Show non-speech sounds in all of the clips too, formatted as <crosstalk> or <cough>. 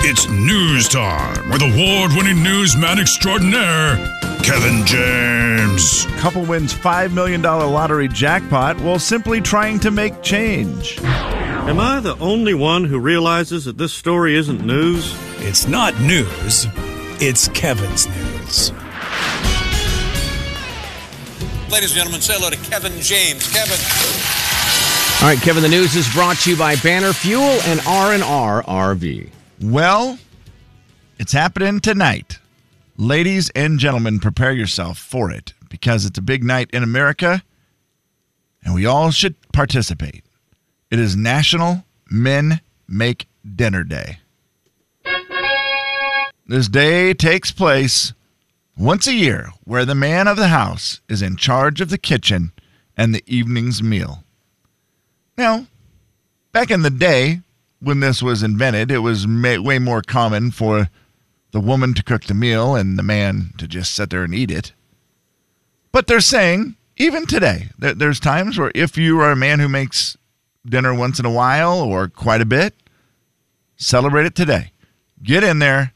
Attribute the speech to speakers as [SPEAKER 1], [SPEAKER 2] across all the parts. [SPEAKER 1] It's news time with award winning newsman extraordinaire, Kevin James.
[SPEAKER 2] Couple wins $5 million lottery jackpot while simply trying to make change.
[SPEAKER 3] Am I the only one who realizes that this story isn't news?
[SPEAKER 4] It's not news, it's Kevin's news.
[SPEAKER 5] Ladies and gentlemen, say hello to Kevin James. Kevin.
[SPEAKER 6] All right, Kevin. The news is brought to you by Banner Fuel and R and R RV.
[SPEAKER 2] Well, it's happening tonight. Ladies and gentlemen, prepare yourself for it because it's a big night in America and we all should participate. It is National Men Make Dinner Day. This day takes place once a year where the man of the house is in charge of the kitchen and the evening's meal. Now, back in the day when this was invented, it was ma- way more common for the woman to cook the meal and the man to just sit there and eat it. But they're saying, even today, that there's times where if you are a man who makes dinner once in a while or quite a bit, celebrate it today. Get in there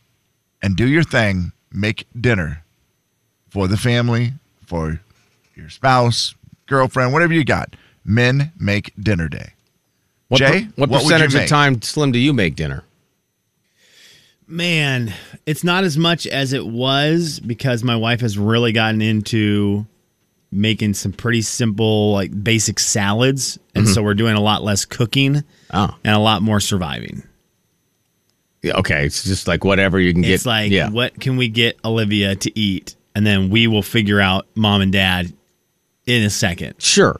[SPEAKER 2] and do your thing. Make dinner for the family, for your spouse, girlfriend, whatever you got. Men make dinner day.
[SPEAKER 6] What
[SPEAKER 2] Jay,
[SPEAKER 6] what,
[SPEAKER 2] what would you
[SPEAKER 6] percentage of
[SPEAKER 2] make?
[SPEAKER 6] time, Slim, do you make dinner?
[SPEAKER 7] Man, it's not as much as it was because my wife has really gotten into making some pretty simple, like basic salads. And so we're doing a lot less cooking
[SPEAKER 6] Oh,
[SPEAKER 7] and a lot more surviving.
[SPEAKER 6] yeah, okay. It's just like whatever you can get.
[SPEAKER 7] it's like,
[SPEAKER 6] yeah.
[SPEAKER 7] what can we get Olivia to eat? And then we will figure out mom and dad in a second.
[SPEAKER 6] Sure.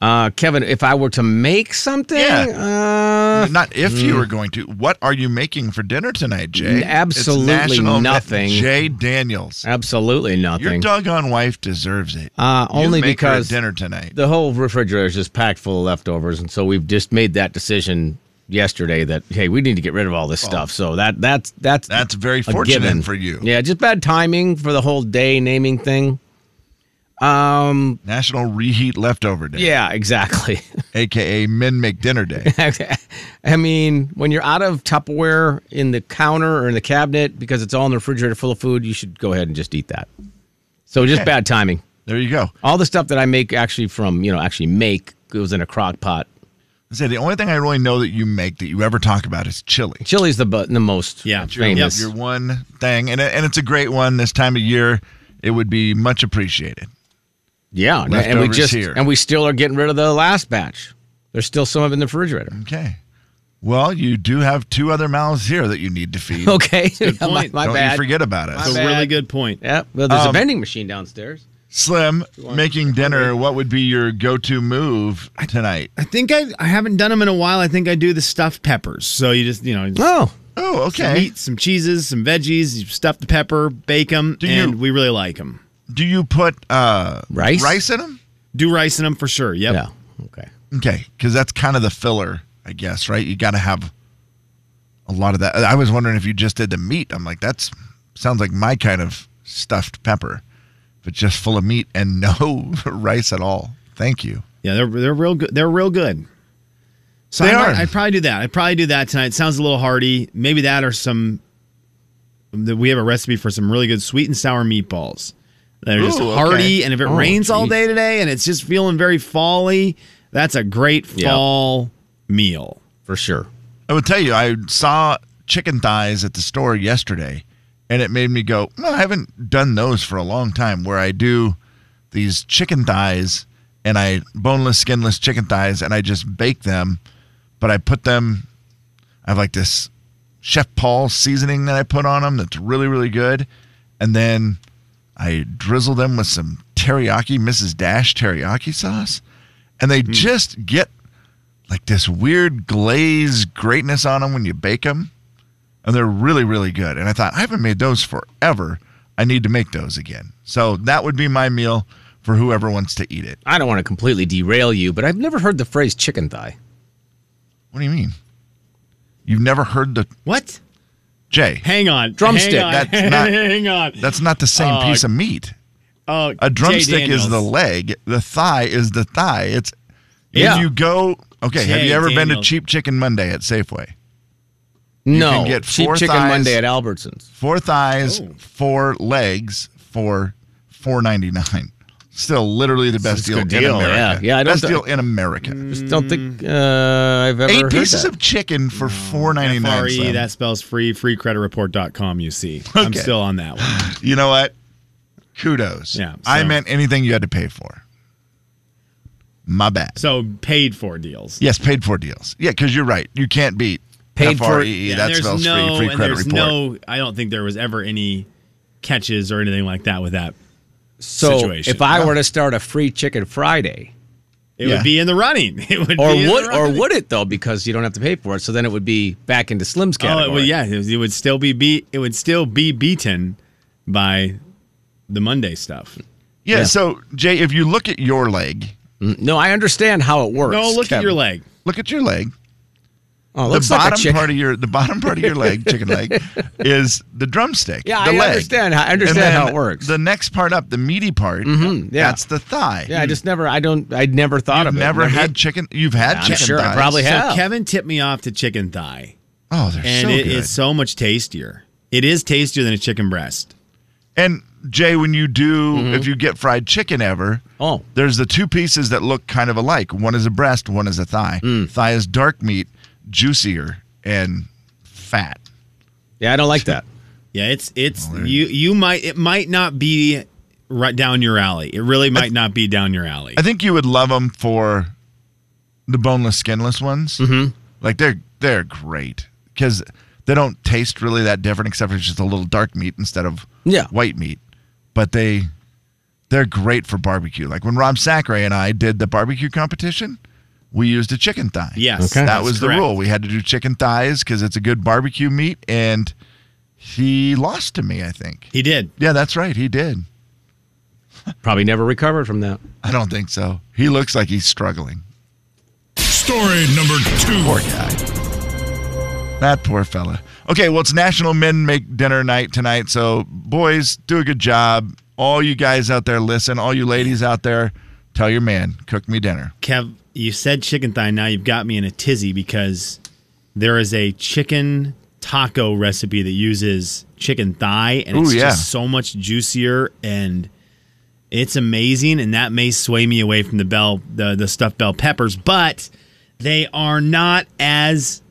[SPEAKER 6] Uh, Kevin, if I were to make something, uh,
[SPEAKER 2] Not if you were going to. What are you making for dinner tonight, Jay? It's
[SPEAKER 6] Absolutely
[SPEAKER 2] National
[SPEAKER 6] nothing.
[SPEAKER 2] Jay Daniels.
[SPEAKER 6] absolutely
[SPEAKER 2] Your
[SPEAKER 6] nothing.
[SPEAKER 2] doggone wife deserves it.
[SPEAKER 6] Uh,
[SPEAKER 2] You
[SPEAKER 6] only
[SPEAKER 2] make her a
[SPEAKER 6] because
[SPEAKER 2] dinner tonight.
[SPEAKER 6] the whole refrigerator is just packed full of leftovers, and so we've just made that decision yesterday that hey, we need to get rid of all this stuff. So that that's that's
[SPEAKER 2] That's very
[SPEAKER 6] a
[SPEAKER 2] fortunate
[SPEAKER 6] given.
[SPEAKER 2] for you.
[SPEAKER 6] Yeah, just bad timing for the whole day naming thing.
[SPEAKER 2] National Reheat Leftover Day,
[SPEAKER 6] Yeah, exactly. <laughs>
[SPEAKER 2] aka Men Make Dinner Day.
[SPEAKER 6] I mean, when you're out of Tupperware in the counter or in the cabinet because it's all in the refrigerator full of food, you should go ahead and just eat that. So just bad timing.
[SPEAKER 2] there you go.
[SPEAKER 6] All the stuff that I make actually from, you know, actually make goes in a crock pot.
[SPEAKER 2] I say the only thing I really know that you make that you ever talk about is chili.
[SPEAKER 6] Chili's the bu- the most
[SPEAKER 7] Yeah.
[SPEAKER 6] famous.
[SPEAKER 2] Your one thing, and it- and it's a great one this time of year. It would be much appreciated.
[SPEAKER 6] Yeah, and- and we
[SPEAKER 2] Leftovers
[SPEAKER 6] just
[SPEAKER 2] here.
[SPEAKER 6] and we still are getting rid of the last batch. There's still some of it in the refrigerator. <laughs>
[SPEAKER 2] Okay. Well, you do have two other mouths here that you need to feed.
[SPEAKER 6] <laughs> Okay,
[SPEAKER 7] good
[SPEAKER 6] Yeah, my,
[SPEAKER 7] point.
[SPEAKER 6] my
[SPEAKER 2] Don't
[SPEAKER 6] bad.
[SPEAKER 2] you forget about us.
[SPEAKER 7] It's a
[SPEAKER 6] bad.
[SPEAKER 7] really good point.
[SPEAKER 6] Yeah, well, there's a
[SPEAKER 2] Um,
[SPEAKER 6] vending machine downstairs.
[SPEAKER 2] Slim, making dinner, what would be your go to move tonight?
[SPEAKER 7] I think I, I haven't done them in a while. I think I do the stuffed peppers. So you just, you know, just
[SPEAKER 6] Oh,
[SPEAKER 2] Oh,
[SPEAKER 7] some
[SPEAKER 2] okay.
[SPEAKER 7] meat, some cheeses, some veggies, you stuff the pepper, bake them,
[SPEAKER 2] Do
[SPEAKER 7] and
[SPEAKER 2] you-
[SPEAKER 7] we really like them.
[SPEAKER 2] Do you put uh,
[SPEAKER 6] Rice?
[SPEAKER 2] rice in them?
[SPEAKER 7] Do rice in them for sure. Yep.
[SPEAKER 6] yeah. Okay.
[SPEAKER 2] Okay, because that's kind of the filler, I guess, right? You got to have a lot of that. I was wondering if you just did the meat. I'm like, that's sounds like my kind of stuffed pepper, but just full of meat and <laughs> no rice at all. Thank you.
[SPEAKER 7] Yeah, they're they're real good. They're real good. So
[SPEAKER 2] They
[SPEAKER 7] I
[SPEAKER 2] are.
[SPEAKER 7] Might, I'd probably do that. I'd probably do that tonight. Sounds a little hearty. Maybe that or some. that We have a recipe for some really good sweet and sour meatballs. They're just
[SPEAKER 2] Ooh, okay.
[SPEAKER 7] hearty, and if it
[SPEAKER 6] Oh,
[SPEAKER 7] rains all
[SPEAKER 6] geez.
[SPEAKER 7] day today and it's just feeling very fally, that's a great
[SPEAKER 6] Yeah.
[SPEAKER 7] fall meal.
[SPEAKER 6] For sure.
[SPEAKER 2] I will tell you, I saw chicken thighs at the store yesterday, and it made me go, well, I haven't done those for a long time, where I do these chicken thighs and I boneless, skinless chicken thighs, and I just bake them, but I put them, I have like this Chef Paul seasoning that I put on them that's really, really good. And then I drizzle them with some teriyaki, Mrs. Dash teriyaki sauce, and they just get like this weird glaze greatness on them when you bake them. And they're really, really good. And I thought, I haven't made those forever. I need to make those again. So that would be my meal for whoever wants to eat it.
[SPEAKER 6] I don't want to completely derail you, but I've never heard the phrase chicken thigh.
[SPEAKER 2] What do you mean? You've never heard the
[SPEAKER 7] What?
[SPEAKER 2] Jay.
[SPEAKER 7] Hang on.
[SPEAKER 6] Drumstick.
[SPEAKER 7] Hang on. <laughs>
[SPEAKER 2] That's not-
[SPEAKER 7] hang on.
[SPEAKER 2] That's not the same
[SPEAKER 7] Oh,
[SPEAKER 2] piece of meat.
[SPEAKER 7] oh,
[SPEAKER 2] A
[SPEAKER 7] Jay
[SPEAKER 2] drumstick is the
[SPEAKER 7] Daniels.
[SPEAKER 2] leg. The thigh is the thigh. It's
[SPEAKER 6] Yeah.
[SPEAKER 2] if you go okay, have
[SPEAKER 7] Jay
[SPEAKER 2] you ever been to
[SPEAKER 7] Daniels.
[SPEAKER 2] Cheap Chicken Monday at Safeway?
[SPEAKER 6] no,
[SPEAKER 2] can get
[SPEAKER 6] cheap
[SPEAKER 2] four
[SPEAKER 6] chicken
[SPEAKER 2] thighs.
[SPEAKER 6] Monday at Albertsons.
[SPEAKER 2] Four thighs,
[SPEAKER 6] Oh.
[SPEAKER 2] four legs for four ninety nine. Still, literally the best
[SPEAKER 6] a
[SPEAKER 2] deal,
[SPEAKER 6] good deal,
[SPEAKER 2] in America.
[SPEAKER 6] yeah. Yeah, I don't
[SPEAKER 2] best
[SPEAKER 6] th-
[SPEAKER 2] deal in America.
[SPEAKER 6] Just don't think uh, I've ever
[SPEAKER 2] Mm. Eight
[SPEAKER 6] heard
[SPEAKER 2] pieces
[SPEAKER 6] that.
[SPEAKER 2] of chicken for four ninety nine.
[SPEAKER 6] E,
[SPEAKER 7] FRE, E, that spells free, freecreditreport.com,
[SPEAKER 2] <laughs>
[SPEAKER 7] you see. I'm
[SPEAKER 2] Okay.
[SPEAKER 7] still on that one.
[SPEAKER 2] You know what? Kudos.
[SPEAKER 7] Yeah,
[SPEAKER 2] I
[SPEAKER 7] so-
[SPEAKER 2] meant anything you had to pay for. My bad.
[SPEAKER 7] So paid for deals.
[SPEAKER 2] Yes, paid for deals. Yeah, because you're right. You can't beat
[SPEAKER 6] Paid for-
[SPEAKER 2] FREE. that
[SPEAKER 7] there's
[SPEAKER 2] spells
[SPEAKER 7] no,
[SPEAKER 2] free. Free
[SPEAKER 7] and
[SPEAKER 2] credit
[SPEAKER 7] there's
[SPEAKER 2] report.
[SPEAKER 7] no, I don't think there was ever any catches or anything like that with that.
[SPEAKER 6] so
[SPEAKER 7] situation.
[SPEAKER 6] if I were to start a free chicken Friday,
[SPEAKER 7] It
[SPEAKER 2] Yeah.
[SPEAKER 7] would be in the running. <laughs> It would
[SPEAKER 6] or
[SPEAKER 7] be in the
[SPEAKER 6] would or
[SPEAKER 7] running.
[SPEAKER 6] would it though? Because you don't have to pay for it, so then it would be back into Slim's category.
[SPEAKER 7] Oh, well, yeah, it, was- it would still be beat. It would still be beaten by the Monday stuff.
[SPEAKER 2] yeah,
[SPEAKER 6] yeah.
[SPEAKER 2] So Jay, if you look at your leg,
[SPEAKER 6] Mm, No, I understand how it works.
[SPEAKER 7] No, look at
[SPEAKER 6] Kevin.
[SPEAKER 7] your leg.
[SPEAKER 2] look at your leg.
[SPEAKER 6] Oh, it
[SPEAKER 2] The
[SPEAKER 6] looks like a
[SPEAKER 2] bottom
[SPEAKER 6] chicken.
[SPEAKER 2] part of your the bottom part of your
[SPEAKER 6] <laughs>
[SPEAKER 2] leg, chicken leg, is the drumstick.
[SPEAKER 6] Yeah,
[SPEAKER 2] the
[SPEAKER 6] I
[SPEAKER 2] leg.
[SPEAKER 6] understand how- I
[SPEAKER 2] And
[SPEAKER 6] understand how
[SPEAKER 2] then
[SPEAKER 6] it works. Mm-hmm,
[SPEAKER 2] The next part up, the meaty part,
[SPEAKER 6] yeah.
[SPEAKER 2] that's the thigh.
[SPEAKER 6] yeah, I just never. I don't. I never thought
[SPEAKER 2] You've
[SPEAKER 6] of it.
[SPEAKER 2] never
[SPEAKER 6] Never-
[SPEAKER 2] had chicken. You've had
[SPEAKER 6] I'm
[SPEAKER 2] chicken.
[SPEAKER 6] sure I
[SPEAKER 2] thighs.
[SPEAKER 6] probably have. Yeah.
[SPEAKER 7] So Kevin tipped me off to chicken thigh,
[SPEAKER 2] Oh, they're
[SPEAKER 7] and
[SPEAKER 2] so
[SPEAKER 7] it is
[SPEAKER 2] good.
[SPEAKER 7] so much tastier. It is tastier than a chicken breast.
[SPEAKER 2] And Jay, when you do, if you get fried chicken ever,
[SPEAKER 6] Mm-hmm. Oh.
[SPEAKER 2] there's the two pieces that look kind of alike. One is a breast, one is a thigh.
[SPEAKER 6] Mm.
[SPEAKER 2] Thigh is dark meat, juicier and fat.
[SPEAKER 6] Yeah, I don't like that.
[SPEAKER 7] Yeah, it's it's you you might it might not be right down your alley. It really might not be down your alley.
[SPEAKER 2] I think you would love them for the boneless, skinless ones. Mm-hmm. Like they're they're great because they don't taste really that different, except for it's just a little dark meat instead of
[SPEAKER 6] Yeah.
[SPEAKER 2] white meat. But they they're great for barbecue. Like when Rob Sacre and I did the barbecue competition, we used a chicken thigh.
[SPEAKER 7] Yes,
[SPEAKER 6] Okay.
[SPEAKER 2] that
[SPEAKER 7] that's
[SPEAKER 2] was the
[SPEAKER 7] correct.
[SPEAKER 2] rule. We had to do chicken thighs because it's a good barbecue meat, and he lost to me. I think.
[SPEAKER 7] He did.
[SPEAKER 2] Yeah, that's right. He did.
[SPEAKER 6] Probably never recovered from that.
[SPEAKER 2] I don't think so. He looks like he's struggling.
[SPEAKER 1] Story number
[SPEAKER 2] Poor
[SPEAKER 1] two.
[SPEAKER 2] guy. That poor fella. Okay, well, it's National Men Make Dinner Night tonight. So, boys, do a good job. All you guys out there, listen. All you ladies out there, tell your man, cook me dinner.
[SPEAKER 7] Kev, you said chicken thigh. Now you've got me in a tizzy because there is a chicken taco recipe that uses chicken thigh, and it's
[SPEAKER 2] Ooh, yeah.
[SPEAKER 7] just so much juicier and it's amazing. And that may sway me away from the bell, the the stuffed bell peppers, but they are not as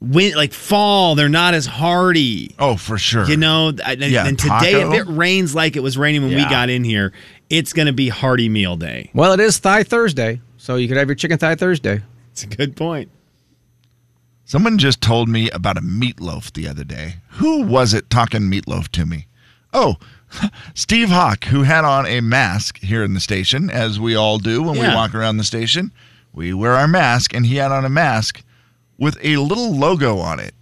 [SPEAKER 7] win like fall. They're not as hardy.
[SPEAKER 2] Oh, for sure.
[SPEAKER 7] You know, th- and,
[SPEAKER 2] Yeah,
[SPEAKER 7] and today
[SPEAKER 2] taco.
[SPEAKER 7] if it rains like it was raining when we got in here, it's going to be hearty meal day.
[SPEAKER 6] Well, it is Thigh Thursday, so you could have your chicken thigh Thursday.
[SPEAKER 7] It's a good point.
[SPEAKER 2] someone just told me about a meatloaf the other day. Who was it talking meatloaf to me? Oh, <laughs> Steve Hawk, who had on a mask here in the station, as we all do when we
[SPEAKER 7] Yeah.
[SPEAKER 2] walk around the station. We wear our mask, and he had on a mask with a little logo on it.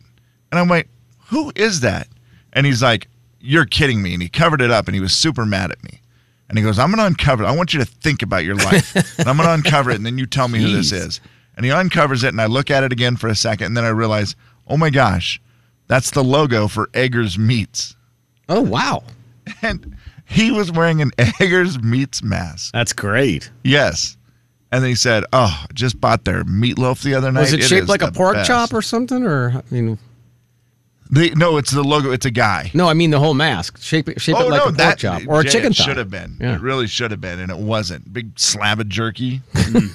[SPEAKER 2] And I'm like, who is that? And he's like, you're kidding me. And he covered it up and he was super mad at me. And he goes, I'm going to uncover it. I want you to think about your
[SPEAKER 6] <laughs>
[SPEAKER 2] life. and I'm going to uncover it. And then you tell me who this is. And he uncovers it. And I look at it again for a second. And then I realize, oh my gosh, that's the logo for Eggers Meats. <laughs>
[SPEAKER 6] Oh wow,
[SPEAKER 2] And he was wearing an <laughs> Eggers Meats mask.
[SPEAKER 6] that's great.
[SPEAKER 2] Yes. And then he said, oh, just bought their meatloaf the other night.
[SPEAKER 6] Was it, shaped
[SPEAKER 2] is
[SPEAKER 6] like a
[SPEAKER 2] the
[SPEAKER 6] pork
[SPEAKER 2] best."
[SPEAKER 6] chop or something? Or I mean,
[SPEAKER 2] They- no, it's the logo. It's a guy.
[SPEAKER 6] no, I mean the whole mask. Shape it,
[SPEAKER 2] Oh,
[SPEAKER 6] shape it like a pork chop or a
[SPEAKER 2] Jay,
[SPEAKER 6] chicken
[SPEAKER 2] it
[SPEAKER 6] thigh.
[SPEAKER 2] Should have been.
[SPEAKER 6] Yeah.
[SPEAKER 2] It really should have been, and it wasn't. Big slab of jerky.
[SPEAKER 6] Hmm.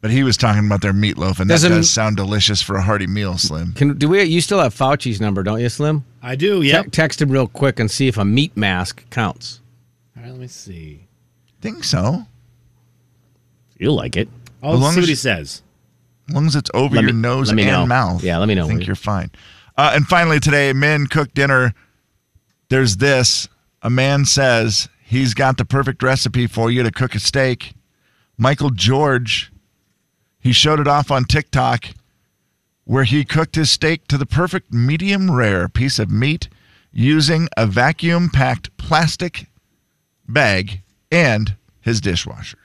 [SPEAKER 2] but he was talking about their meatloaf, and
[SPEAKER 6] Doesn't-
[SPEAKER 2] that does sound delicious for a hearty meal, Slim.
[SPEAKER 6] Can do we? You still have Fauci's number, don't you, Slim?
[SPEAKER 7] I do.
[SPEAKER 6] Te-
[SPEAKER 7] Yep.
[SPEAKER 6] text him real quick and see if a meat mask counts.
[SPEAKER 7] All right, let me see.
[SPEAKER 2] Think so.
[SPEAKER 6] You'll like it.
[SPEAKER 7] Oh,
[SPEAKER 2] As long
[SPEAKER 7] see
[SPEAKER 2] as-
[SPEAKER 7] what he says.
[SPEAKER 2] As long as it's over
[SPEAKER 6] Let
[SPEAKER 2] your
[SPEAKER 6] me-
[SPEAKER 2] nose
[SPEAKER 6] let
[SPEAKER 2] and
[SPEAKER 6] me know.
[SPEAKER 2] mouth.
[SPEAKER 6] Yeah, let me know,
[SPEAKER 2] I think
[SPEAKER 6] will you?
[SPEAKER 2] you're fine. Uh, and finally, today, men cook dinner. There's this. A man says he's got the perfect recipe for you to cook a steak. Michael George, he showed it off on TikTok where he cooked his steak to the perfect medium rare piece of meat using a vacuum packed plastic bag and his dishwasher.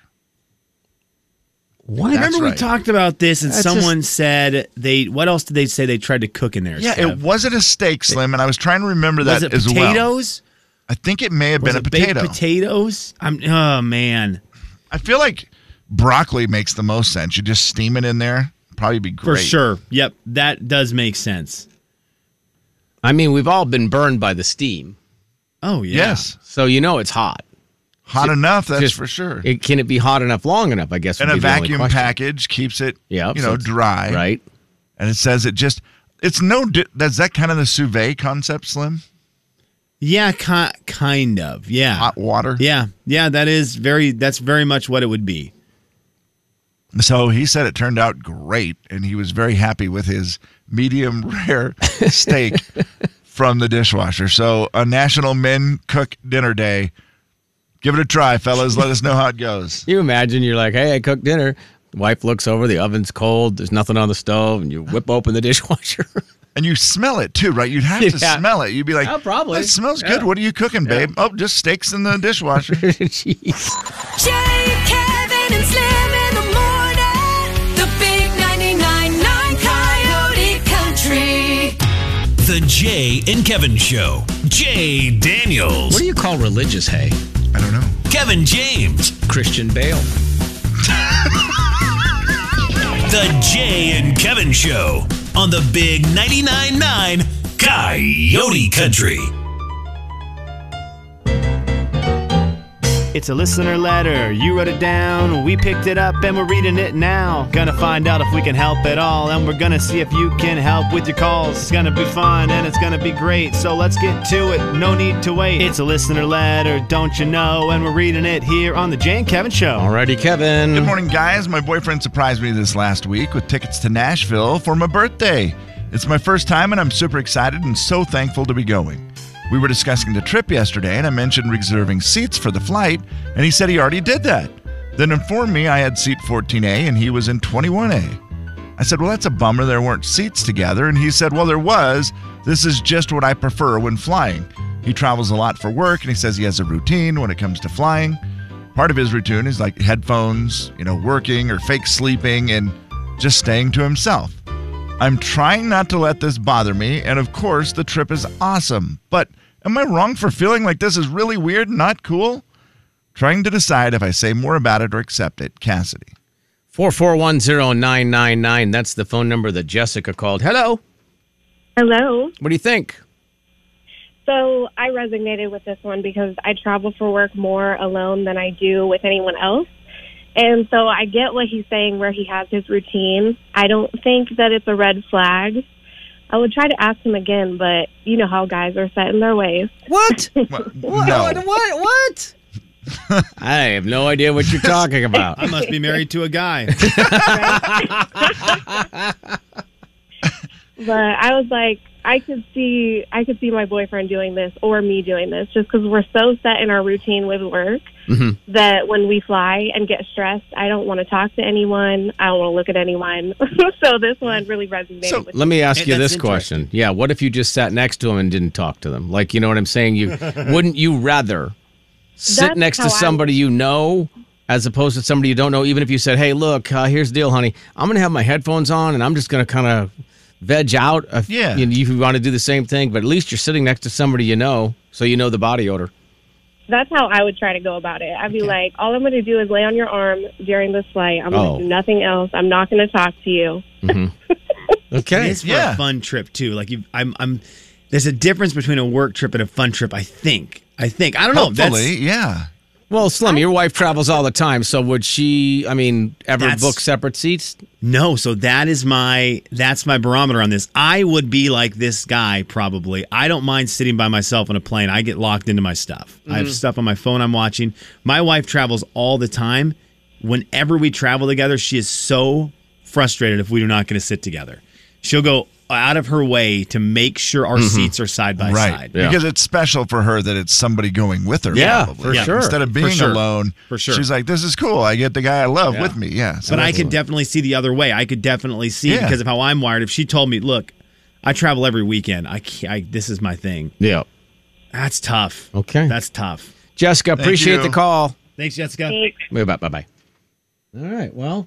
[SPEAKER 6] What?
[SPEAKER 2] That's
[SPEAKER 7] Remember
[SPEAKER 2] right.
[SPEAKER 7] we talked about this, and
[SPEAKER 6] That's
[SPEAKER 7] someone said they. What else did they say they tried to cook in there?
[SPEAKER 2] Yeah, it
[SPEAKER 7] Steph?
[SPEAKER 2] wasn't a steak, Slim, and I was trying to remember
[SPEAKER 7] was
[SPEAKER 2] that
[SPEAKER 7] it
[SPEAKER 2] as well.
[SPEAKER 7] potatoes.
[SPEAKER 2] I think it may have
[SPEAKER 7] Was
[SPEAKER 2] been a
[SPEAKER 7] it baked
[SPEAKER 2] potato.
[SPEAKER 7] potatoes. I'm. Oh man.
[SPEAKER 2] I feel like broccoli makes the most sense. You just steam it in there, probably be great.
[SPEAKER 7] for sure. Yep, that does make sense.
[SPEAKER 6] I mean, we've all been burned by the steam,
[SPEAKER 7] Oh yeah.
[SPEAKER 2] Yes.
[SPEAKER 6] so you know it's hot.
[SPEAKER 2] Hot enough, that's
[SPEAKER 6] Just-
[SPEAKER 2] for sure.
[SPEAKER 6] It, can it be hot enough long enough? I guess.
[SPEAKER 2] and
[SPEAKER 6] would
[SPEAKER 2] a
[SPEAKER 6] be the only
[SPEAKER 2] vacuum
[SPEAKER 6] question.
[SPEAKER 2] package keeps it,
[SPEAKER 6] Yeah,
[SPEAKER 2] you
[SPEAKER 6] so
[SPEAKER 2] know,
[SPEAKER 6] it's-
[SPEAKER 2] dry.
[SPEAKER 6] right?
[SPEAKER 2] And it says it just, it's no, di- that's that kind of the sous vide concept, Slim?
[SPEAKER 7] Yeah, ki- kind of. Yeah.
[SPEAKER 2] Hot water?
[SPEAKER 7] Yeah. Yeah, that is very that's very much what it would be.
[SPEAKER 2] So he said it turned out great, and he was very happy with his medium <laughs> rare steak from the dishwasher. So a National Men Cook Dinner Day. Give it a try, fellas. Let us know how it goes.
[SPEAKER 6] You imagine you're like, hey, I cooked dinner. Wife looks over, the oven's cold, there's nothing on the stove, and you whip open the dishwasher.
[SPEAKER 2] And you smell it too, right? You'd have to
[SPEAKER 6] Yeah.
[SPEAKER 2] smell it. You'd be like,
[SPEAKER 6] Oh, probably.
[SPEAKER 2] It smells
[SPEAKER 6] Yeah.
[SPEAKER 2] good. What are you cooking, babe? Oh, just steaks in the dishwasher. <laughs>
[SPEAKER 6] Jeez.
[SPEAKER 8] Jay, Kevin, and Slim in the morning. The big 99.9 Coyote Country.
[SPEAKER 4] The Jay and Kevin Show. Jay
[SPEAKER 6] What
[SPEAKER 4] Daniels,
[SPEAKER 6] do you call religious hay?
[SPEAKER 2] I don't know.
[SPEAKER 4] Kevin James,
[SPEAKER 6] Christian Bale.
[SPEAKER 4] The Jay and Kevin Show on the Big 99.9 9 Coyote Country.
[SPEAKER 9] It's a listener letter. You wrote it down. We picked it up and we're reading it now. Gonna find out if we can help at all. And we're gonna see if you can help with your calls. It's gonna be fun and it's gonna be great. So let's get to it. No need to wait. It's a listener letter, don't you know? And we're reading it here on the Jane Kevin Show.
[SPEAKER 6] Alrighty, Kevin.
[SPEAKER 2] Good morning, guys. My boyfriend surprised me this last week with tickets to Nashville for my birthday. It's my first time, and I'm super excited and so thankful to be going. We were discussing the trip yesterday, and I mentioned reserving seats for the flight, and he said he already did that. Then informed me I had seat 14A and he was in 21A. I said, Well, that's a bummer. There weren't seats together. And he said, Well, there was. This is just what I prefer when flying. He travels a lot for work and he says he has a routine when it comes to flying. Part of his routine is like headphones, you know, working or fake sleeping and just staying to himself. I'm trying not to let this bother me. And of course, the trip is awesome. But am I wrong for feeling like this is really weird and not cool? Trying to decide if I say more about it or accept it, Cassidy.
[SPEAKER 6] 4410999. That's the phone number that Jessica called. Hello.
[SPEAKER 10] Hello.
[SPEAKER 6] What do you think?
[SPEAKER 10] So I resonated with this one because I travel for work more alone than I do with anyone else. And so I get what he's saying where he has his routine. I don't think that it's a red flag. I would try to ask him again, but you know how guys are set in their ways.
[SPEAKER 2] <laughs>
[SPEAKER 6] What?
[SPEAKER 7] <laughs>
[SPEAKER 2] What?
[SPEAKER 6] What? What?
[SPEAKER 2] <laughs>
[SPEAKER 6] What? I have no idea what you're talking about.
[SPEAKER 7] I must be married to a guy.
[SPEAKER 10] But I was like, I could see I could see my boyfriend doing this or me doing this just because we're so set in our routine with work that when we fly and get stressed, I don't want to talk to anyone. I don't want to look at anyone. <laughs> so this one really resonated
[SPEAKER 2] So,
[SPEAKER 10] with me.
[SPEAKER 6] Let me ask
[SPEAKER 7] Hey,
[SPEAKER 6] you
[SPEAKER 7] that's
[SPEAKER 6] this question. Yeah, what if you just sat next to him and didn't talk to them? Like, you know what I'm saying?
[SPEAKER 2] <laughs>
[SPEAKER 6] You wouldn't you rather sit
[SPEAKER 10] That's
[SPEAKER 6] next to
[SPEAKER 10] how I
[SPEAKER 6] somebody you know as opposed to somebody you don't know? Even if you said, "Hey, look, uh, here's the deal, honey. I'm gonna have my headphones on and I'm just gonna kind of veg out." If,
[SPEAKER 2] Yeah.
[SPEAKER 6] you, you want to do the same thing, but at least you're sitting next to somebody you know, so you know the body odor.
[SPEAKER 10] That's how I would try to go about it. I'd be like, all I'm going to do is lay on your arm during this flight. I'm
[SPEAKER 6] Oh.
[SPEAKER 10] going to do nothing else. I'm not going to talk to you.
[SPEAKER 6] Okay.
[SPEAKER 7] It's for
[SPEAKER 2] Yeah.
[SPEAKER 7] a fun trip too. Like you, I'm, I'm. There's a difference between a work trip and a fun trip. I think. I think. I don't know.
[SPEAKER 2] Hopefully, yeah.
[SPEAKER 6] Well, Slim, your wife travels all the time, so would she? I mean, ever
[SPEAKER 7] That's-
[SPEAKER 6] book separate seats?
[SPEAKER 7] No, so that is my that's my barometer on this. I would be like this guy probably. I don't mind sitting by myself on a plane. I get locked into my stuff. I
[SPEAKER 2] Mm-hmm.
[SPEAKER 7] have stuff on my phone I'm watching. My wife travels all the time. Whenever we travel together, she is so frustrated if we do not get to sit together. She'll go out of her way to make sure our seats are side by
[SPEAKER 2] Mm-hmm. right.
[SPEAKER 7] side.
[SPEAKER 2] Because it's special for her that it's somebody going with her.
[SPEAKER 6] Yeah,
[SPEAKER 2] probably.
[SPEAKER 6] for Yeah. sure.
[SPEAKER 2] Instead of
[SPEAKER 7] For
[SPEAKER 2] being
[SPEAKER 7] sure.
[SPEAKER 2] alone,
[SPEAKER 7] For sure.
[SPEAKER 2] she's like, this is cool. I get the guy I love with me. Yeah. So
[SPEAKER 7] but I
[SPEAKER 2] that's-
[SPEAKER 7] could definitely see the other way. I could definitely see
[SPEAKER 2] Yeah.
[SPEAKER 7] because of how I'm wired. If she told me, "Look, I travel every weekend. I, can't, I this is my thing."
[SPEAKER 6] Yeah.
[SPEAKER 7] That's tough.
[SPEAKER 6] Okay.
[SPEAKER 7] That's tough.
[SPEAKER 6] Jessica, appreciate
[SPEAKER 2] you.
[SPEAKER 6] the call.
[SPEAKER 7] Thanks, Jessica.
[SPEAKER 6] Bye bye bye. All right. Well,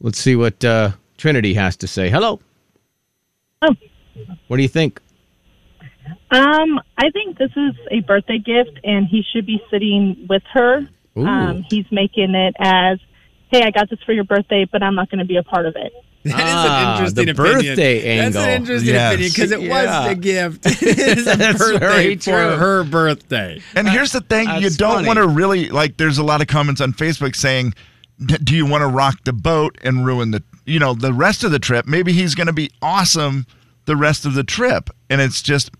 [SPEAKER 6] let's see what uh, Trinity has to say. Hello.
[SPEAKER 10] Oh.
[SPEAKER 6] What do you think?
[SPEAKER 10] Um, I think this is a birthday gift, and he should be sitting with her.
[SPEAKER 6] Ooh.
[SPEAKER 10] Um, he's making it as, hey, I got this for your birthday, but I'm not going to be a part of it.
[SPEAKER 7] <laughs> That is
[SPEAKER 6] Ah,
[SPEAKER 7] an interesting
[SPEAKER 6] the
[SPEAKER 7] opinion.
[SPEAKER 6] birthday
[SPEAKER 7] That's an
[SPEAKER 6] angle.
[SPEAKER 7] interesting
[SPEAKER 2] Yes.
[SPEAKER 7] opinion because it
[SPEAKER 6] Yeah.
[SPEAKER 7] was a gift. <laughs> it is
[SPEAKER 6] <laughs>
[SPEAKER 7] a
[SPEAKER 6] That's
[SPEAKER 7] birthday
[SPEAKER 6] very
[SPEAKER 7] for
[SPEAKER 6] true.
[SPEAKER 7] her birthday.
[SPEAKER 2] And here's the thing: you
[SPEAKER 6] that's
[SPEAKER 2] don't
[SPEAKER 6] funny.
[SPEAKER 2] want to really like. There's a lot of comments on Facebook saying, "D- "Do you want to rock the boat and ruin the you know the rest of the trip? Maybe he's going to be awesome the rest of the trip." And it's just,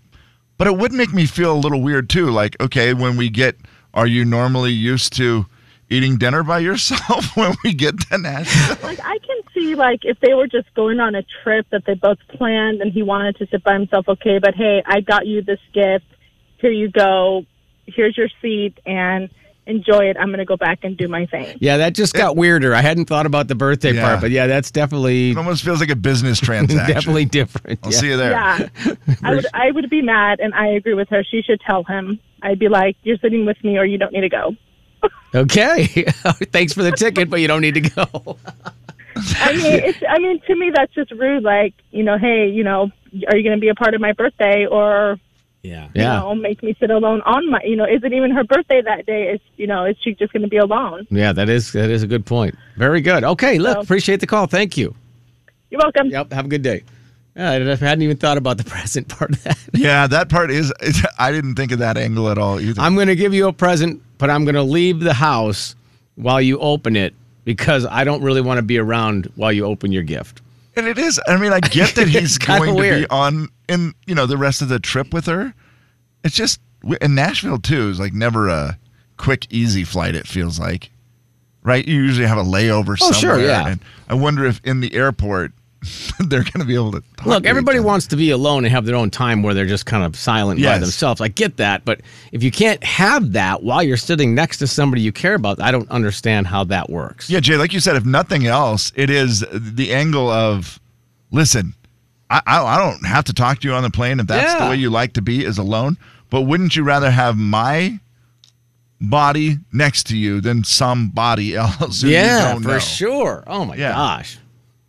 [SPEAKER 2] but it would make me feel a little weird too. Like, okay, when we get, are you normally used to eating dinner by yourself <laughs> when we get to Nashville?
[SPEAKER 11] Like I can see like if they were just going on a trip that they both planned and he wanted to sit by himself, okay, but hey, I got you this gift. Here you go. Here's your seat and enjoy it. I'm gonna go back and do my thing.
[SPEAKER 6] Yeah, that just got weirder. I hadn't thought about the birthday
[SPEAKER 2] Yeah.
[SPEAKER 6] part, but yeah, that's definitely
[SPEAKER 2] It almost feels like a
[SPEAKER 6] <laughs>
[SPEAKER 2] business transaction.
[SPEAKER 6] definitely different.
[SPEAKER 2] I'll
[SPEAKER 6] yeah.
[SPEAKER 2] see you there.
[SPEAKER 11] Yeah.
[SPEAKER 6] <laughs>
[SPEAKER 11] I would I would be mad and I agree with her. She should tell him. I'd be like, You're sitting with me or you don't need to go.
[SPEAKER 6] Okay. <laughs> Thanks for the ticket, but you don't need to go.
[SPEAKER 11] I mean it's I mean to me that's just rude, like, you know, hey, you know, are you gonna be a part of my birthday or
[SPEAKER 7] Yeah.
[SPEAKER 11] you
[SPEAKER 6] Yeah.
[SPEAKER 11] know, make me sit alone on my, you know, is it even her birthday that day? Is, you know, is she just going to be alone?
[SPEAKER 6] Yeah, that is that is a good point. Very good. Okay, look,
[SPEAKER 11] Well-
[SPEAKER 6] appreciate the call. Thank you.
[SPEAKER 11] You're welcome.
[SPEAKER 6] Yep. Have a good day. Yeah, I hadn't even thought about the <laughs> present part of that.
[SPEAKER 2] Yeah, that part is. <laughs> I didn't think of that angle at all either.
[SPEAKER 6] I'm going to give you a present, but I'm going to leave the house while you open it because I don't really want to be around while you open your gift.
[SPEAKER 2] And it is. I mean, I get
[SPEAKER 6] <laughs>
[SPEAKER 2] that he's
[SPEAKER 6] kinda
[SPEAKER 2] going to be
[SPEAKER 6] weird.
[SPEAKER 2] on in you know the rest of the trip with her. It's just in Nashville too is like never a quick easy flight. It feels like, right? You usually have a layover
[SPEAKER 6] Oh,
[SPEAKER 2] somewhere.
[SPEAKER 6] sure, yeah.
[SPEAKER 2] And I wonder if in the airport <laughs> they're going to be able to talk
[SPEAKER 6] Look,
[SPEAKER 2] to each
[SPEAKER 6] everybody
[SPEAKER 2] other.
[SPEAKER 6] wants to be alone and have their own time where they're just kind of silent by
[SPEAKER 2] Yes.
[SPEAKER 6] themselves. I get that, but if you can't have that while you're sitting next to somebody you care about, I don't understand how that works.
[SPEAKER 2] Yeah, Jay, like you said, if nothing else, it is the angle of listen, I, I, I don't have to talk to you on the plane if that's the
[SPEAKER 6] Yeah.
[SPEAKER 2] way you like to be is alone. But wouldn't you rather have my body next to you than somebody <laughs> else? Who you
[SPEAKER 6] Yeah,
[SPEAKER 2] don't
[SPEAKER 6] for
[SPEAKER 2] know?
[SPEAKER 6] sure. Oh my
[SPEAKER 2] Yeah.
[SPEAKER 6] gosh.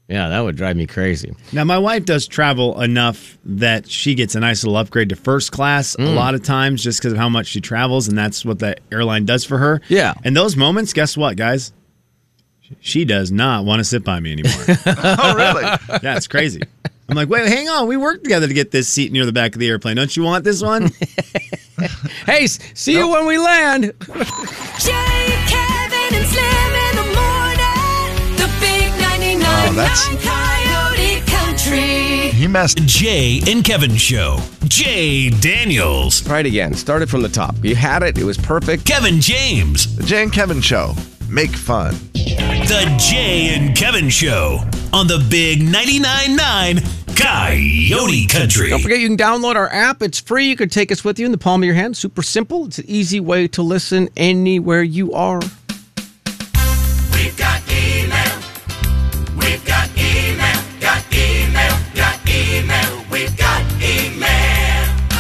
[SPEAKER 6] Yeah, that would drive me crazy.
[SPEAKER 7] Now, my wife does travel enough that she gets a nice little upgrade to first class a lot of times just because of how much she travels, and that's what the airline does for her.
[SPEAKER 6] Yeah.
[SPEAKER 7] And those moments, guess what, guys? She does not want to sit by me anymore.
[SPEAKER 2] Oh,
[SPEAKER 6] <laughs>
[SPEAKER 2] really?
[SPEAKER 7] yeah, it's crazy. I'm like, wait, hang on. We worked together to get this seat near the back of the airplane. Don't you want this one?
[SPEAKER 6] Hey, s- see you when we land.
[SPEAKER 8] Jay, Kevin, and Slim in the morning. The big 99.9
[SPEAKER 2] Oh, that's-
[SPEAKER 8] Coyote Country.
[SPEAKER 2] he messed.
[SPEAKER 4] Jay and Kevin Show. Jay Daniels.
[SPEAKER 12] Try it again. Start it from the top. You had it. It was perfect.
[SPEAKER 4] Kevin James.
[SPEAKER 12] The Jay and Kevin Show. Make fun.
[SPEAKER 4] The Jay and Kevin Show on the Big 99.9 9 Coyote Country.
[SPEAKER 6] Don't forget, you can download our app. It's free. You can take us with you in the palm of your hand. Super simple. It's an easy way to listen anywhere you are.
[SPEAKER 5] We've got email. We've got email. Got email. Got email. We've got email.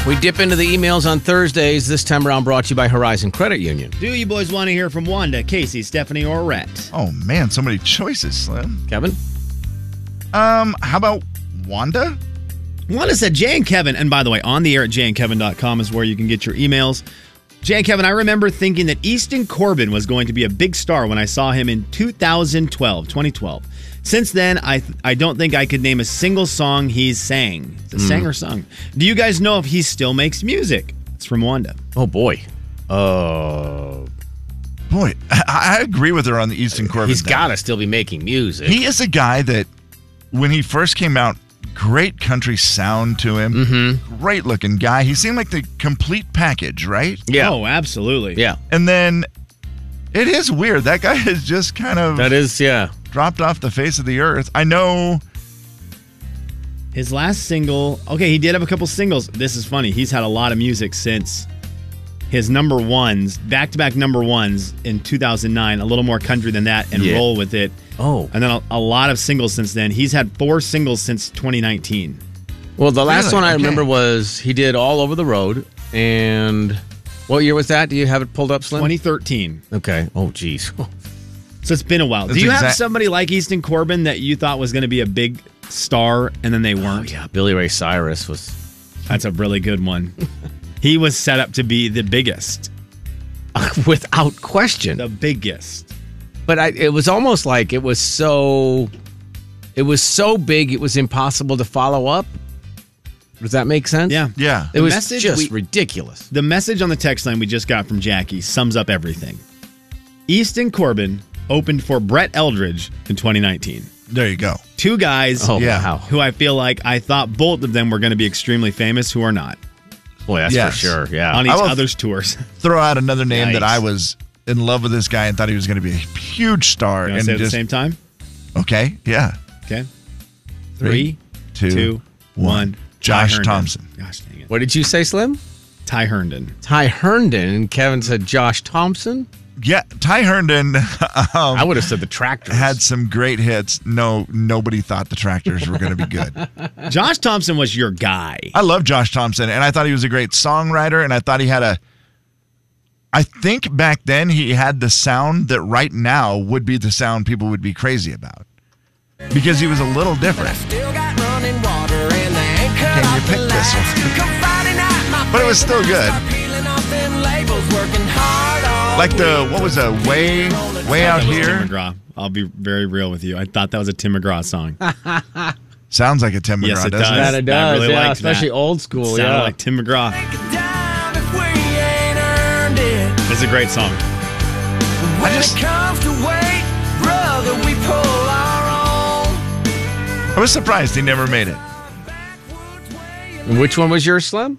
[SPEAKER 6] We dip into the emails on Thursdays. This time around, brought to you by Horizon Credit Union.
[SPEAKER 7] Do you boys want to hear from Wanda, Casey, Stephanie, or Rhett?
[SPEAKER 2] Oh, man, so many choices, Slim.
[SPEAKER 6] Kevin?
[SPEAKER 2] Um, How about Wanda?
[SPEAKER 7] Wanda said, Jay and Kevin, and by the way, on the air at jayandkevin.com is where you can get your emails. Jay and Kevin, I remember thinking that Easton Corbin was going to be a big star when I saw him in 2012, 2012. Since then, I I don't think I could name a single song he's sang. It's a singer song. Do you guys know if he still makes music? It's from Wanda.
[SPEAKER 6] Oh, boy. Oh.
[SPEAKER 2] Boy, <laughs> I, I agree with her on the Easton Corbin.
[SPEAKER 6] He's
[SPEAKER 2] thing.
[SPEAKER 6] got to still be making music.
[SPEAKER 2] He is a guy that, when he first came out, great country sound to him. Great looking guy. He seemed like the complete package, right?
[SPEAKER 6] yeah.
[SPEAKER 7] Oh, absolutely.
[SPEAKER 6] Yeah.
[SPEAKER 2] And then it is weird. That guy <laughs> has just kind of
[SPEAKER 6] That is, yeah.
[SPEAKER 2] dropped off the face of the earth. I know.
[SPEAKER 7] His last single, okay, he did have a couple singles. This is funny. He's had a lot of music since his number ones, back to back number ones in 2009, a little more country than that, and
[SPEAKER 6] Yeah.
[SPEAKER 7] roll with it.
[SPEAKER 6] Oh.
[SPEAKER 7] And then a, a lot of singles since then. He's had four singles since 2019.
[SPEAKER 6] Well, the last
[SPEAKER 2] Really?
[SPEAKER 6] one I
[SPEAKER 2] Okay.
[SPEAKER 6] remember was he did All Over the Road. And what year was that? Do you have it pulled up, Slim?
[SPEAKER 7] 2013.
[SPEAKER 6] Okay. Oh, geez. <laughs>
[SPEAKER 7] So it's been a while.
[SPEAKER 2] That's
[SPEAKER 7] Do you have
[SPEAKER 2] exact-
[SPEAKER 7] somebody like Easton Corbin that you thought was going to be a big star and then they weren't?
[SPEAKER 6] Oh, Yeah, Billy Ray Cyrus was. <laughs>
[SPEAKER 7] That's a really good one. he was set up to be the biggest.
[SPEAKER 6] without question.
[SPEAKER 7] The biggest.
[SPEAKER 6] But I, it was almost like it was so It was so big, it was impossible to follow up. Does that make sense? Yeah.
[SPEAKER 2] Yeah.
[SPEAKER 6] It was just ridiculous.
[SPEAKER 7] The message on the text line we just got from Jackie sums up everything. Easton Corbin opened for Brett Eldridge in 2019.
[SPEAKER 2] There you go.
[SPEAKER 7] Two guys
[SPEAKER 2] Oh, Yeah. wow.
[SPEAKER 7] who I feel like I thought both of them were going to be extremely famous who are not.
[SPEAKER 6] Boy,
[SPEAKER 2] that's for Yes. sure, yeah.
[SPEAKER 7] On e-
[SPEAKER 2] I
[SPEAKER 7] each
[SPEAKER 2] will-
[SPEAKER 7] other's tours. <laughs>
[SPEAKER 2] Throw out another name that
[SPEAKER 7] Yikes.
[SPEAKER 2] I was in love with this guy and thought he was going to be a huge star.
[SPEAKER 7] You wanna
[SPEAKER 2] and
[SPEAKER 7] say it at the
[SPEAKER 2] just-
[SPEAKER 7] same time?
[SPEAKER 2] Okay. Yeah.
[SPEAKER 7] Okay.
[SPEAKER 2] Three,
[SPEAKER 7] Three,
[SPEAKER 2] two,
[SPEAKER 7] two, one.
[SPEAKER 2] one. Josh Thompson.
[SPEAKER 7] Gosh dang it.
[SPEAKER 6] What did you say, Slim?
[SPEAKER 7] Ty Herndon.
[SPEAKER 6] Ty Herndon. And Kevin said Josh Thompson.
[SPEAKER 2] Yeah, Ty Herndon. <laughs> Um, I
[SPEAKER 6] would have said the tractors
[SPEAKER 2] had some great hits. No, nobody thought the tractors were going to be good.
[SPEAKER 7] Josh Thompson was your guy.
[SPEAKER 2] I love Josh Thompson, and I thought he was a great songwriter, and I thought he had a. I think back then he had the sound that right now would be the sound people would be crazy about, because he was a little different. Can you pick this one? But it was still good. Like the what was a way way out
[SPEAKER 7] That was
[SPEAKER 2] here?
[SPEAKER 7] Tim McGraw. I'll be very real with you. I thought that was a Tim
[SPEAKER 2] <laughs>
[SPEAKER 7] McGraw song.
[SPEAKER 2] Sounds like a Tim McGraw.
[SPEAKER 7] yes, it does.
[SPEAKER 2] doesn't
[SPEAKER 7] I really liked that. Sounded like Tim McGraw. It's a great song.
[SPEAKER 2] I just I was surprised he never made it.
[SPEAKER 6] Which one was yours, Slim?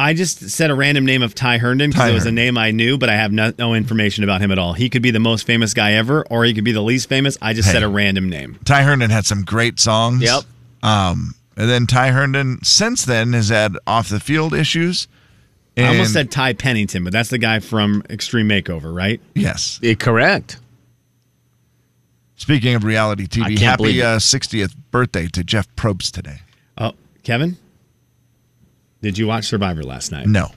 [SPEAKER 7] I just said a random name of Ty Herndon because
[SPEAKER 6] Ty
[SPEAKER 7] it was a name I knew, but I have no, no information about him at all. He could be the most famous guy ever, or he could be the least famous. I just
[SPEAKER 2] Hey.
[SPEAKER 7] said a random name.
[SPEAKER 2] Ty Herndon had some great songs. Yep. Um, and then Ty Herndon since then has had off the field issues.
[SPEAKER 7] I almost
[SPEAKER 2] and-
[SPEAKER 7] said Ty Pennington, but that's the guy from Extreme Makeover, right?
[SPEAKER 2] Yes.
[SPEAKER 6] correct.
[SPEAKER 2] Speaking of reality
[SPEAKER 7] I
[SPEAKER 2] TV,
[SPEAKER 7] can't
[SPEAKER 2] happy
[SPEAKER 7] believe it.
[SPEAKER 2] uh, 60th birthday to Jeff Probst today.
[SPEAKER 7] Oh, Kevin, did you watch Survivor last night?
[SPEAKER 2] No,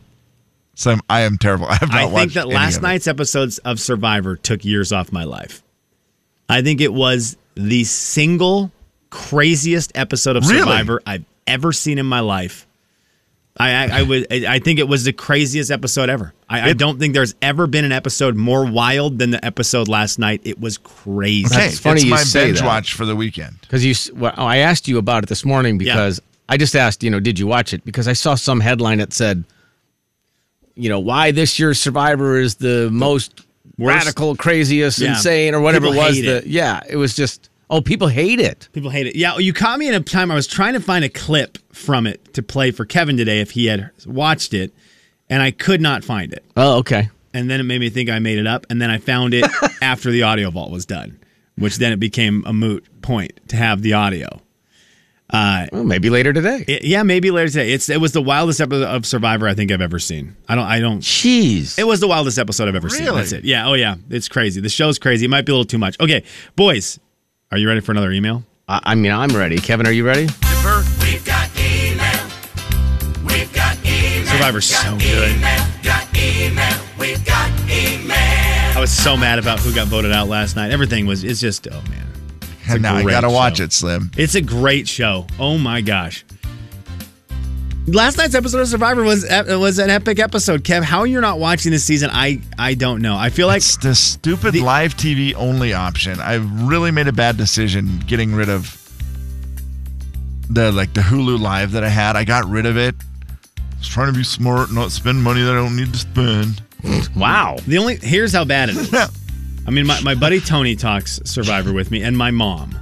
[SPEAKER 2] so I'm, I am terrible. <laughs> I have not
[SPEAKER 7] I think
[SPEAKER 2] watched
[SPEAKER 7] that
[SPEAKER 2] any
[SPEAKER 7] last
[SPEAKER 2] of it.
[SPEAKER 7] night's episodes of Survivor took years off my life. I think it was the single craziest episode of
[SPEAKER 2] Really?
[SPEAKER 7] Survivor I've ever seen in my life. I I, I would I I think it was the craziest episode ever. I, I don't think there's ever been an episode more wild than the episode last night. It was crazy.
[SPEAKER 2] Okay, it's my binge watch for the weekend.
[SPEAKER 6] Because you, s- well, I asked you about it this morning because I just asked, you know, did you watch it? Because I saw some headline that said, you know, why this year's Survivor is the most
[SPEAKER 7] worst-
[SPEAKER 6] radical, craziest,
[SPEAKER 7] Yeah.
[SPEAKER 6] insane, or whatever
[SPEAKER 7] People
[SPEAKER 6] it was.
[SPEAKER 7] hate
[SPEAKER 6] The,
[SPEAKER 7] it.
[SPEAKER 6] Yeah, it was just, oh, people hate it.
[SPEAKER 7] People hate it. Yeah, you caught me in a time I was trying to find a clip from it to play for Kevin today if he had watched it, and I could not find it.
[SPEAKER 6] Oh, okay.
[SPEAKER 7] and then it made me think I made it up, and then I found it after the audio vault was done, which then it became a moot point to have the audio. Uh,
[SPEAKER 6] well, maybe later today.
[SPEAKER 7] yeah, maybe later today. It's it was the wildest episode of Survivor I think I've ever seen. I don't. I don't.
[SPEAKER 6] Jeez.
[SPEAKER 7] It was the wildest episode I've ever seen.
[SPEAKER 2] Really?
[SPEAKER 7] That's it. Yeah. Oh yeah. It's crazy. The show's crazy. It might be a little too much. Okay, boys, are you ready for another email?
[SPEAKER 6] I, I mean, I'm ready. Kevin, are you ready?
[SPEAKER 8] We've got email. We've got email.
[SPEAKER 7] Survivor's so good.
[SPEAKER 8] Got email. We've got email.
[SPEAKER 7] I was so mad about who got voted out last night. Everything was. It's just. Oh man. It's a
[SPEAKER 2] And now I
[SPEAKER 7] great
[SPEAKER 2] gotta watch
[SPEAKER 7] show.
[SPEAKER 2] it, Slim.
[SPEAKER 7] It's a great show. Oh my gosh. Last night's episode of Survivor was ep- was an epic episode. Kev, how you're not watching this season? I I don't know. I feel like
[SPEAKER 2] It's the stupid live TV only option. I really made a bad decision getting rid of the like the Hulu Live that I had. I got rid of it. I was trying to be smart, not spend money that I don't need to spend.
[SPEAKER 6] Wow.
[SPEAKER 7] the only here's how bad it is. I mean, my, my buddy Tony talks Survivor with me and my mom.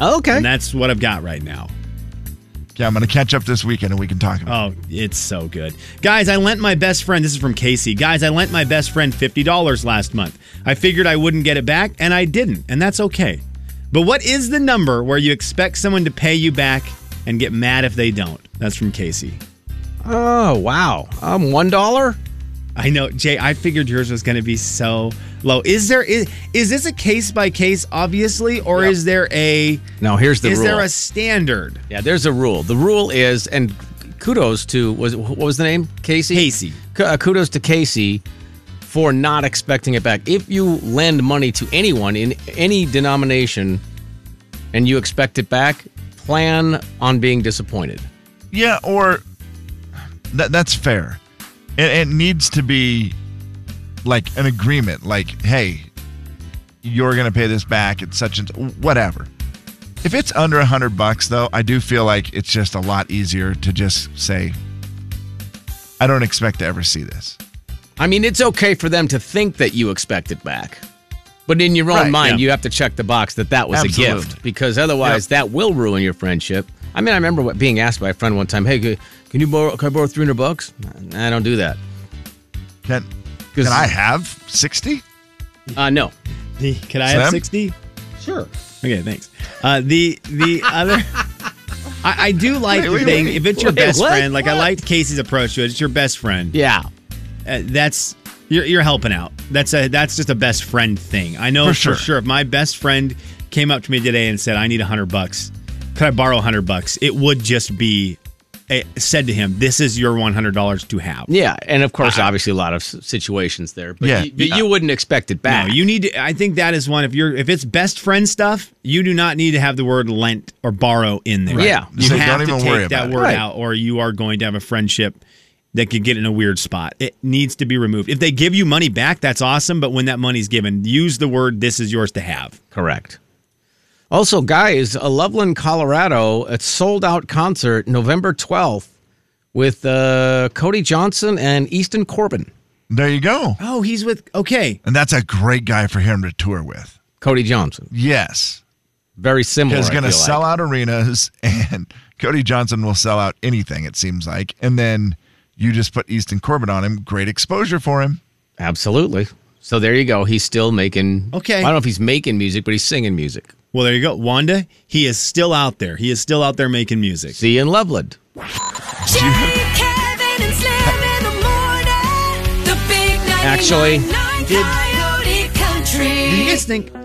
[SPEAKER 6] Okay.
[SPEAKER 7] And that's what I've got right now.
[SPEAKER 2] Yeah, I'm gonna catch up this weekend and we can talk about.
[SPEAKER 7] Oh, it's so good. Guys, I lent my best friend, this is from Casey. Guys, I lent my best friend $50 last month. I figured I wouldn't get it back, and I didn't, and that's okay. But what is the number where you expect someone to pay you back and get mad if they don't? That's from Casey.
[SPEAKER 6] Oh, wow. Um, one dollar?
[SPEAKER 7] I know, Jay, I figured yours was going to be so low. Is there is, is this a case by case obviously or is there a
[SPEAKER 6] No, here's the
[SPEAKER 7] Is
[SPEAKER 6] rule.
[SPEAKER 7] there a standard?
[SPEAKER 6] Yeah, there's a rule. The rule is, and kudos to was what was the name? Casey.
[SPEAKER 7] Casey.
[SPEAKER 6] K- uh, kudos to Casey for not expecting it back. If you lend money to anyone in any denomination, and you expect it back, plan on being disappointed.
[SPEAKER 2] Yeah, or that that's fair. It, it needs to be like an agreement. Like, hey, you're gonna pay this back at such and whatever. If it's under a hundred bucks, though, I do feel like it's just a lot easier to just say, "I don't expect to ever see this."
[SPEAKER 6] I mean, it's okay for them to think that you expect it back. But in your own
[SPEAKER 2] Right,
[SPEAKER 6] mind,
[SPEAKER 2] yeah.
[SPEAKER 6] you have to check the box that that was a
[SPEAKER 2] Absolutely.
[SPEAKER 6] gift because otherwise that will ruin your friendship. I mean, I remember what, being asked by a friend one time, "Hey, can can you borrow can I borrow 300 bucks?" Nah, I don't do that.
[SPEAKER 2] Can
[SPEAKER 6] can
[SPEAKER 2] I have 60?
[SPEAKER 6] Uh no.
[SPEAKER 7] Can I have
[SPEAKER 6] Sam?
[SPEAKER 7] 60?
[SPEAKER 6] Sure.
[SPEAKER 7] Okay, thanks. Uh, the
[SPEAKER 6] <laughs>
[SPEAKER 7] the other, I, I do like
[SPEAKER 6] Wait,
[SPEAKER 7] the
[SPEAKER 6] wait,
[SPEAKER 7] thing.
[SPEAKER 6] wait.
[SPEAKER 7] If it's your
[SPEAKER 6] Wait,
[SPEAKER 7] best
[SPEAKER 6] what?
[SPEAKER 7] friend, like I liked Casey's approach to it. It's your best friend.
[SPEAKER 6] Yeah,
[SPEAKER 7] uh, that's you're, you're helping out. That's a that's just a best friend thing. I know
[SPEAKER 2] For
[SPEAKER 7] for,
[SPEAKER 2] sure.
[SPEAKER 7] sure. If my best friend came up to me today and said, "I need a hundred bucks," could I borrow a hundred bucks? It would just be eh, said to him, "This is your one hundred dollars to have."
[SPEAKER 6] Yeah, and of course, obviously, a lot of s- situations there. But
[SPEAKER 7] Yeah.
[SPEAKER 6] you, but you wouldn't expect it back.
[SPEAKER 7] No, you need to. I think that is one. If you're, if it's best friend stuff, you do not need to have the word lent or borrow in there.
[SPEAKER 6] Right. Yeah.
[SPEAKER 7] you
[SPEAKER 6] So
[SPEAKER 7] have
[SPEAKER 6] don't
[SPEAKER 7] to
[SPEAKER 6] even
[SPEAKER 7] take
[SPEAKER 6] worry
[SPEAKER 7] that
[SPEAKER 6] about it.
[SPEAKER 7] word
[SPEAKER 6] Right.
[SPEAKER 7] out, or you are going to have a friendship that could get in a weird spot. It needs to be removed. If they give you money back, that's awesome. But when that money's given, use the word "this is yours to have."
[SPEAKER 6] Correct. Also, guys, a Loveland, Colorado, a sold out concert November 12th with uh, Cody Johnson and Easton Corbin.
[SPEAKER 2] There you go.
[SPEAKER 7] Oh, he's with, okay.
[SPEAKER 2] And that's a great guy for him to tour with.
[SPEAKER 6] Cody Johnson.
[SPEAKER 2] Yes.
[SPEAKER 6] Very similar.
[SPEAKER 2] Is
[SPEAKER 6] I
[SPEAKER 2] going to
[SPEAKER 6] feel like.
[SPEAKER 2] sell out arenas, <laughs> and Cody Johnson will sell out anything, it seems like. And then you just put Easton Corbett on him. Great exposure for him.
[SPEAKER 6] Absolutely. So there you go. He's still making.
[SPEAKER 7] Okay.
[SPEAKER 6] I don't know if he's making music, but he's singing music.
[SPEAKER 7] Well, there you go, Wanda. He is still out there. He is still out there making music.
[SPEAKER 6] See you in Loveland.
[SPEAKER 8] Jay, Kevin, and Slim in the morning. The big 99.9
[SPEAKER 6] Actually,
[SPEAKER 8] Coyote Country.
[SPEAKER 7] Do you guys think